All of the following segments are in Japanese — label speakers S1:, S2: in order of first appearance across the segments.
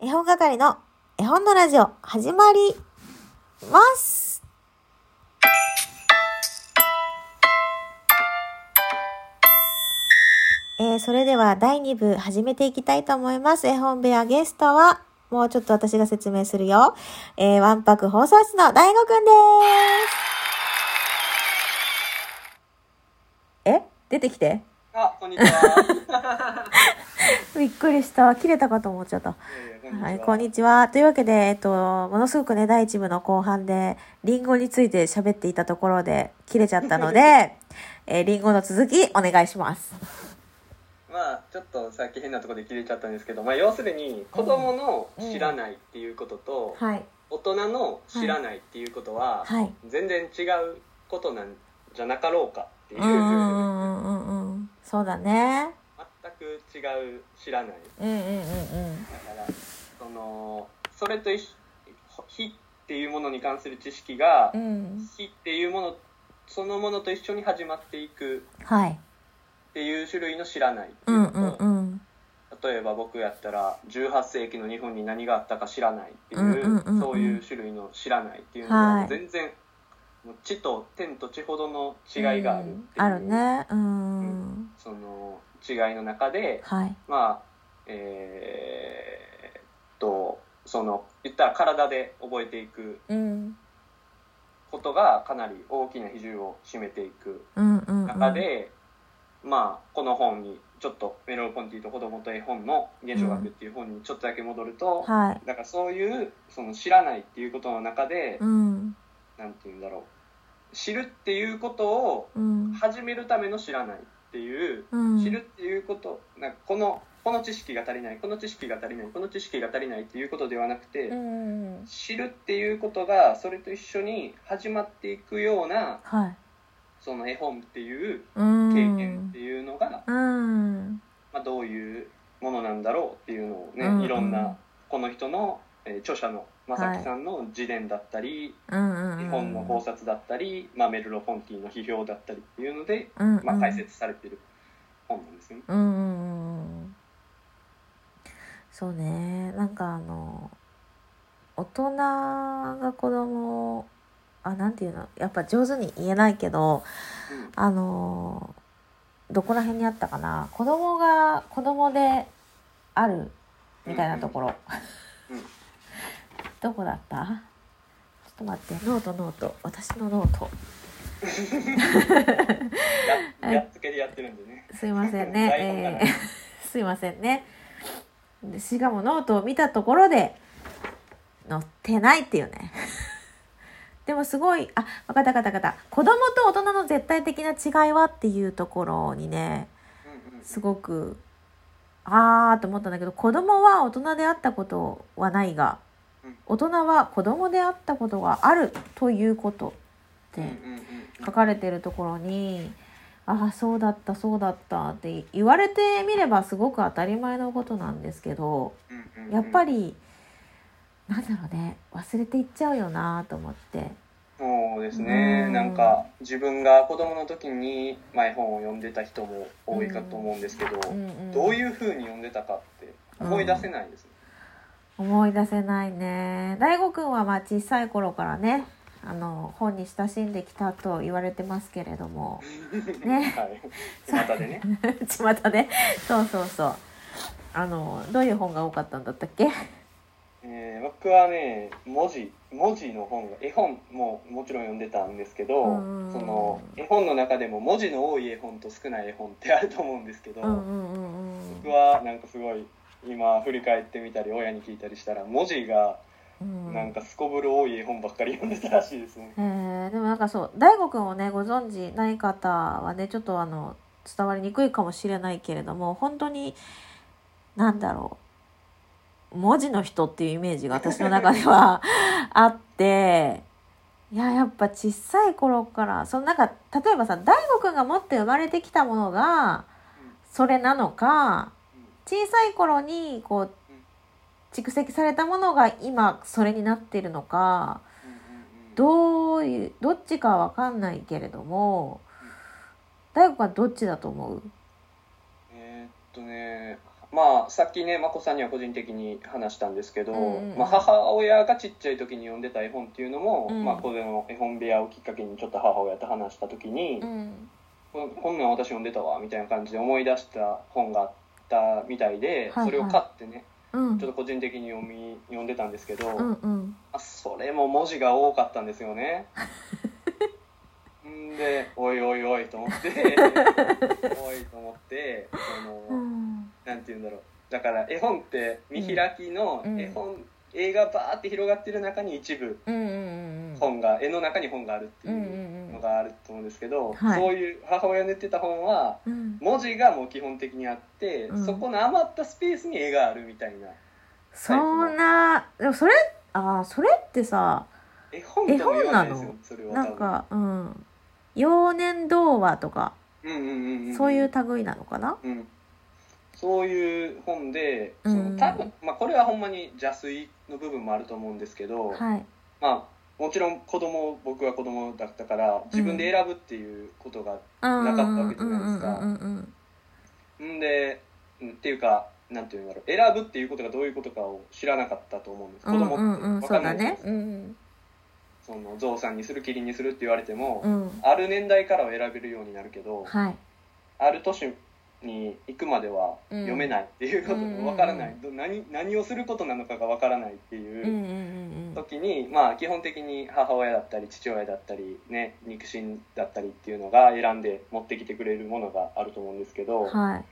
S1: 絵本係の絵本のラジオ始まります。えー、それでは第2部始めていきたいと思います。絵本部屋ゲストは、もうちょっと私が説明するよ。えー、ワンパク放送室の大悟くんです。え出てきて。
S2: あ、こんにち は。
S1: びっくりした。切れたかと思っちゃった。
S2: えー
S1: はい、こんにちは。というわけで、えっと、ものすごくね、第1部の後半で、リンゴについて喋っていたところで、切れちゃったので、 えーリンゴの続き、お願いします。
S2: まあ、ちょっとさっき変なところで切れちゃったんですけど、まあ、要するに子供の知らないっていうことと、
S1: はい。
S2: 大人の知らないっていうことは、
S1: はい。
S2: 全然違うことなんじゃなかろうかっていうう、
S1: んうんうんうんうんうん。そうだね。
S2: 全く違う知らない。
S1: うんうんうんうん
S2: だ。から、その、それと一緒非っていうものに関する知識が、
S1: うん。
S2: 非っていうものそのものと一緒に始まっていく
S1: はい。
S2: っていう種類の知らないって
S1: う
S2: いうんのと、
S1: うんうん。
S2: 例えば僕やったら18世紀の日本に何があったか知らないっていう,、
S1: うんうんうんうん
S2: そういう種類の知らないっていうの
S1: は
S2: はい全然、もう地と天と地ほどの違いがあるっていう、
S1: あるね。うん。
S2: その違いの中で
S1: はい。
S2: まあえーっとその言ったら体で覚えていく
S1: うん。
S2: ことがかなり大きな比重を占めていく
S1: うんうん、うん。
S2: 中で、まあこの本にちょっとメロウポンティと子供と絵本の「現象学」っていう本にちょっとだけ戻ると、
S1: はい。
S2: だからそういうその知らないっていうことの中で
S1: うん。
S2: 何、なん、て言うんだろう知るっていうことを
S1: うん。
S2: 始めるための知らないっていう、
S1: うん。
S2: 知るっていうことなんかこのこの知識が足りないこの知識が足りないこの知識が足りないっていうことではなくて、
S1: うん。
S2: 知るっていうことがそれと一緒に始まっていくような
S1: はい。
S2: その絵本っていう
S1: うん。
S2: 経験っていうのが、
S1: うん。
S2: まあ、どういうものなんだろうっていうのをね、
S1: うん
S2: いろんなこの人の、えー著者の正木さんの自伝だったり、
S1: 日
S2: 日本の考察だったり、まあ、メルロ・フォンティの批評だったりっていうので、
S1: ま
S2: まあ、解説されてる本なんですよね。
S1: うんうんうんうんそうねなんかあの大人が子供をあなんていうのやっぱ上手に言えないけどあのどこら辺にあったかな子供が子供であるみたいなところ、
S2: うんうん
S1: どこだったちょっと待ってノートノート私のノート
S2: ややっつけでやってるんでね。
S1: すいません
S2: 台本
S1: ね
S2: がな、い
S1: えー すいませんねでしかもノートを見たところで載ってないっていうね でもすごいあ分かった分かった分かった子供と大人の絶対的な違いはっていうところにね
S2: うんうん
S1: すごくあーと思ったんだけど子供は大人であったことはないが
S2: うん
S1: 大人は子供であったことがあるということって、
S2: うんうんうん
S1: 書かれてるところに「ああそうだったそうだった」って言われてみればすごく当たり前のことなんですけど
S2: うんうん
S1: やっぱりなんだろうね忘れていっちゃうよなと思って。
S2: そうですね、
S1: うん
S2: なんか自分が子供の時に、まあ、絵本を読んでた人も多いかと思うんですけど、
S1: うんうん
S2: どういうふうに読んでたかって思い出せないですね。
S1: 思い出せないね大悟くんはまあ小さい頃からねあの本に親しんできたと言われてますけれども ね
S2: はい。巷でね。
S1: 巷でそうそうそうあのどういう本が多かったんだったっけ
S2: えー僕はね文字文字の本が絵本ももちろん読んでたんですけど
S1: うん
S2: その絵本の中でも文字の多い絵本と少ない絵本ってあると思うんですけど、
S1: うんうんうんうん
S2: 僕はなんかすごい今振り返ってみたり親に聞いたりしたら文字が
S1: うん
S2: なんかすこぶる多い絵本ばっかり読んでたらしいですね。
S1: えーでもなんかそう大悟くんをねご存知ない方はねちょっとあの伝わりにくいかもしれないけれども本当になんだろう文字の人っていうイメージが私の中ではあっていややっぱ小さい頃からそのなんか例えばさ大悟くんが持って生まれてきたものがそれなのか小さい頃にこう蓄積されたものが今それになっているのか
S2: う
S1: どういうどっちかは分かんないけれども大悟はどっちだと思う
S2: えーっとねまあ、さっきね、眞子さんには個人的に話したんですけど、
S1: うんうん
S2: まあ、母親がちっちゃい時に読んでた絵本っていうのも、
S1: うん
S2: まあ、この絵本部屋をきっかけにちょっと母親と話した時に、
S1: うん
S2: ここんなん私読んでたわみたいな感じで思い出した本があったみたいで、
S1: はいはい
S2: それを買ってね
S1: うん
S2: ちょっと個人的に読み読んでたんですけど、
S1: うん
S2: ま
S1: うん
S2: あそれも文字が多かったんですよ ね。んでおいおいおいと思って おいと思ってその。
S1: うん
S2: なんて言うんだろうだから絵本って見開きの
S1: うん
S2: 絵本、映画バーって広がってる中に一部
S1: うんうんうん
S2: 本が絵の中に本があるって
S1: うんう
S2: いうんのがあると思うんですけど、
S1: はい
S2: そういう母親の言ってた本は
S1: うん
S2: 文字がもう基本的にあって、
S1: うん
S2: そこの余ったスペースに絵があるみたいな
S1: そんなでもそれああそれってさ
S2: 絵本とも言わないです
S1: 絵
S2: よ
S1: 本
S2: それは
S1: なんかうん幼年童話とか
S2: 多分うんうんうんうん
S1: そういう類なのかな
S2: うんそういう本で、そ
S1: うん
S2: の多分、まあ、これはほんまに邪推の部分もあると思うんですけど、
S1: はい
S2: まあもちろん子供僕は子供だったから自分で選ぶっていうことが、
S1: な
S2: かったわけじゃないですか
S1: うんうん
S2: ん、でうんっていうかなんていうんだろう選ぶっていうことがどういうことかを知らなかったと思うんです
S1: う
S2: 子
S1: んうん
S2: 供っ
S1: うん
S2: て
S1: うんうん
S2: わ
S1: そ
S2: か
S1: うん
S2: な
S1: だ
S2: いじゃない
S1: ね
S2: です
S1: う
S2: か
S1: ん
S2: そのゾウさんにするキリンにするって言われても、
S1: うん
S2: ある年代からは選べるようになるけど
S1: はい
S2: ある年に行くまでは
S1: うん
S2: 読めないっていうこと
S1: うん
S2: がわからない、ど何何をすることなのかがわからないって
S1: うんうん
S2: いう
S1: うんうん
S2: 時に、まあ基本的に母親だったり父親だったりね肉親だったりっていうのが選んで持ってきてくれるものがあると思うんですけど
S1: はい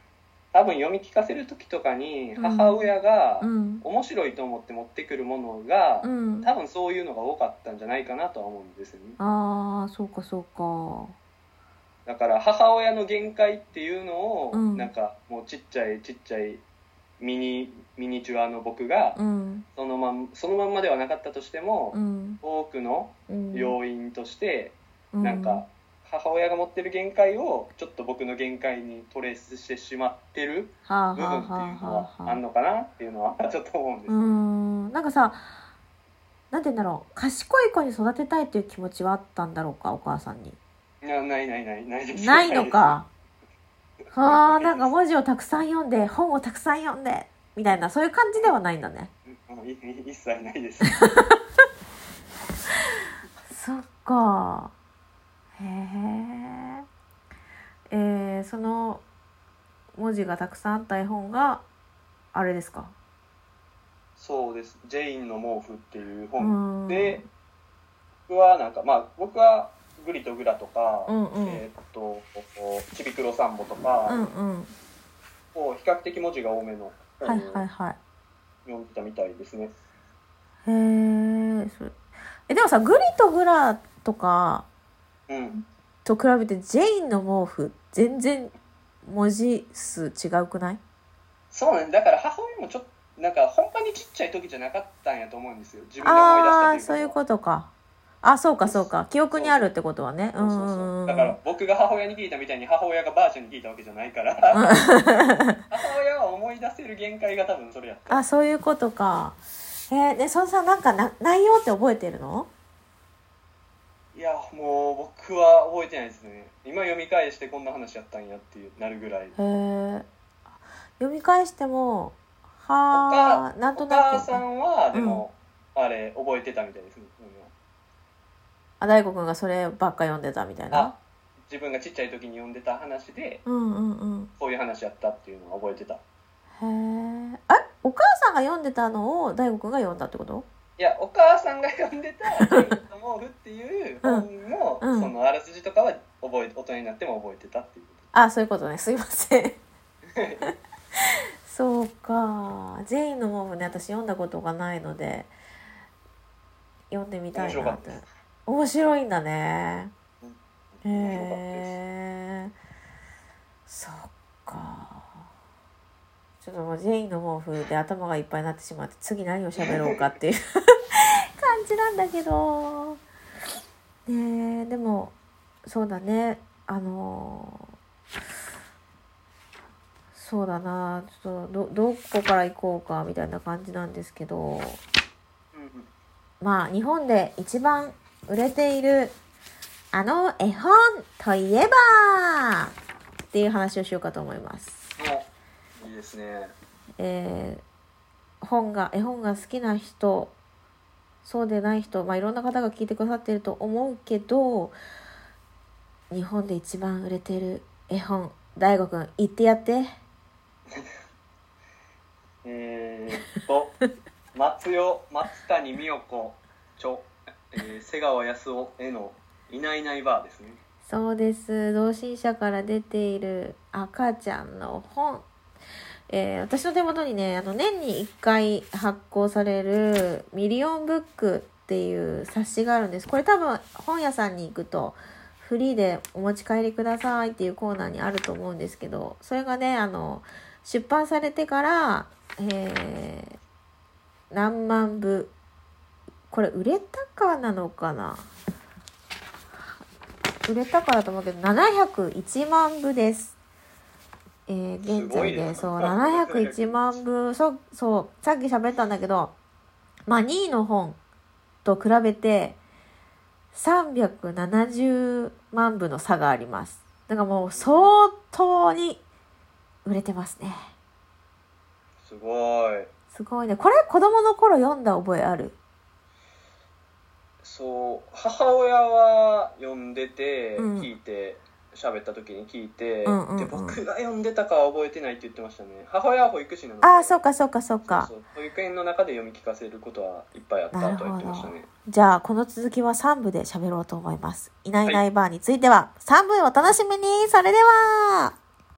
S2: 多分読み聞かせる時とかに
S1: うん
S2: 母親が
S1: うん
S2: 面白いと思って持ってくるものが
S1: うん
S2: 多分そういうのが多かったんじゃないかなとは思うんですよね
S1: ああそうかそうか
S2: だから母親の限界っていうのを
S1: うん
S2: なんかもうちっちゃいちっちゃいミニミニチュアの僕が
S1: うん
S2: そのまんそのまんまではなかったとしても
S1: うん
S2: 多くの
S1: うん
S2: 要因としてなんか母親が持ってる限界をちょっと僕の限界にトレースしてしまってる
S1: はあ
S2: 部
S1: は
S2: 分
S1: あ
S2: っていうの
S1: はあ
S2: は
S1: は
S2: あんのかなっていうのは ちょっと思うんで
S1: うー
S2: す
S1: んなんかさなんて言うんだろう賢い子に育てたいっていう気持ちはあったんだろうかお母さんに
S2: いやないないないないです
S1: ないのかはあ
S2: ない
S1: な
S2: です
S1: んか文字をたくさん読んで本をたくさん読んでみたいなそういう感じではないんだね
S2: うんい い一切な いです
S1: そっかへええー、その文字がたくさんあった絵本があれですか
S2: そうです「ジェインの毛布」っていう
S1: う
S2: 本
S1: ん
S2: で僕はなんかまあ僕は「グリとグラ」とか、
S1: うんうん
S2: えーっと「ちびくろさんぼ」と
S1: う
S2: か
S1: んうん
S2: を比較的文字が多めの
S1: は
S2: 本
S1: い
S2: を
S1: はいはい
S2: 読んでたみたいですね、
S1: へーそえでもさグリとグラとか
S2: うん
S1: と比べてジェインの毛布全然文字数違うくない
S2: そうね、だから母親もちょっと、なんか、ほんまにちっちゃい時じゃなかったんやと思うんですよ。自分で思い出した
S1: あ
S2: と
S1: あそういう
S2: いうこと
S1: ことかあそうかそうか記憶にあるってことはねう
S2: は。
S1: ん
S2: そううそうんそうう。
S1: ん
S2: だから、僕が母親に聞いたみたいに、母親がばあちゃんに聞いたわけじゃないから、母親は思い出せる限界が多分それやった。
S1: あそういうことかえー、ねそのさなんかな内容って覚えてるの
S2: いや、もう、僕は覚えてないですね。今読み返してこんな話やったんやっていうなるぐらい。
S1: へえ読み返してもはあなんと
S2: お
S1: な
S2: 母
S1: く
S2: さんは、でも、あれ、覚えてたみたいですね。うん
S1: あ大悟くんがそればっか読んでたみたいな
S2: あ、自分がちっちゃい時に読んでた話で、
S1: うんうんうん
S2: こういう話やったっていうのは覚えてた。
S1: へえあれお母さんが読んでたのを大悟くんが読んだってこと
S2: いやお母さんが読んで た「ジェインと毛布」っていう本の,、
S1: うんうん
S2: そのあらすじとかは覚え大人になっても覚えてたっていうこ
S1: あそういうことねすいませ んそうか「ジェインのモブね私読んだことがないので読んでみたい
S2: 面白
S1: な
S2: か
S1: っ
S2: ってた
S1: 面
S2: で
S1: 白いんだね
S2: と
S1: へ
S2: 面白かったです
S1: えそっかちょっともう「ジェインの毛布」で頭がいっぱいになってしまって次何を喋ろうかっていう感じなんだけどねえでもそうだねあのそうだなちょっとどどこから行こうかみたいな感じなんですけど
S2: うんうん
S1: まあ日本で一番売れているあの絵本といえばっていう話をしようかと思います。
S2: もういいですね
S1: えー本が絵本が好きな人そうでない人、まあ、いろんな方が聞いてくださってると思うけど日本で一番売れてる絵本大悟くん言ってやって
S2: えー、っと松代松谷美代子著、えー瀬川康夫への「いないいないバー」ですね
S1: そうです同心者から出ている赤ちゃんの本、えー私の手元にねあの年に1回発行される「ミリオンブック」っていう冊子があるんですこれ多分本屋さんに行くとフリーでお持ち帰りくださいっていうコーナーにあると思うんですけどそれがねあの出版されてから、えー何万部これ売れたかなのかな売れたからと思うけど701万部です。えー現
S2: すご
S1: 在
S2: い
S1: で
S2: ね
S1: そう701万部そうそうさっき喋ったんだけど、まあ、2位の本と比べて370万部の差がありますだからもう相当に売れてますね
S2: すごい
S1: すごいねこれ子供の頃読んだ覚えある
S2: そう母親は読んでて、
S1: うん
S2: 聞いて喋った時に聞いて、
S1: うんうんうん
S2: で僕が読んでたかは覚えてないって言ってましたね母親は保育士なので
S1: ああそうかそうかそうか
S2: そうそう保育園の中で読み聞かせることはいっぱいあったとは言ってました
S1: な
S2: ね
S1: じゃあこの続きは3部で喋ろうと思います。いないいないバーについては3部お楽しみにそれでは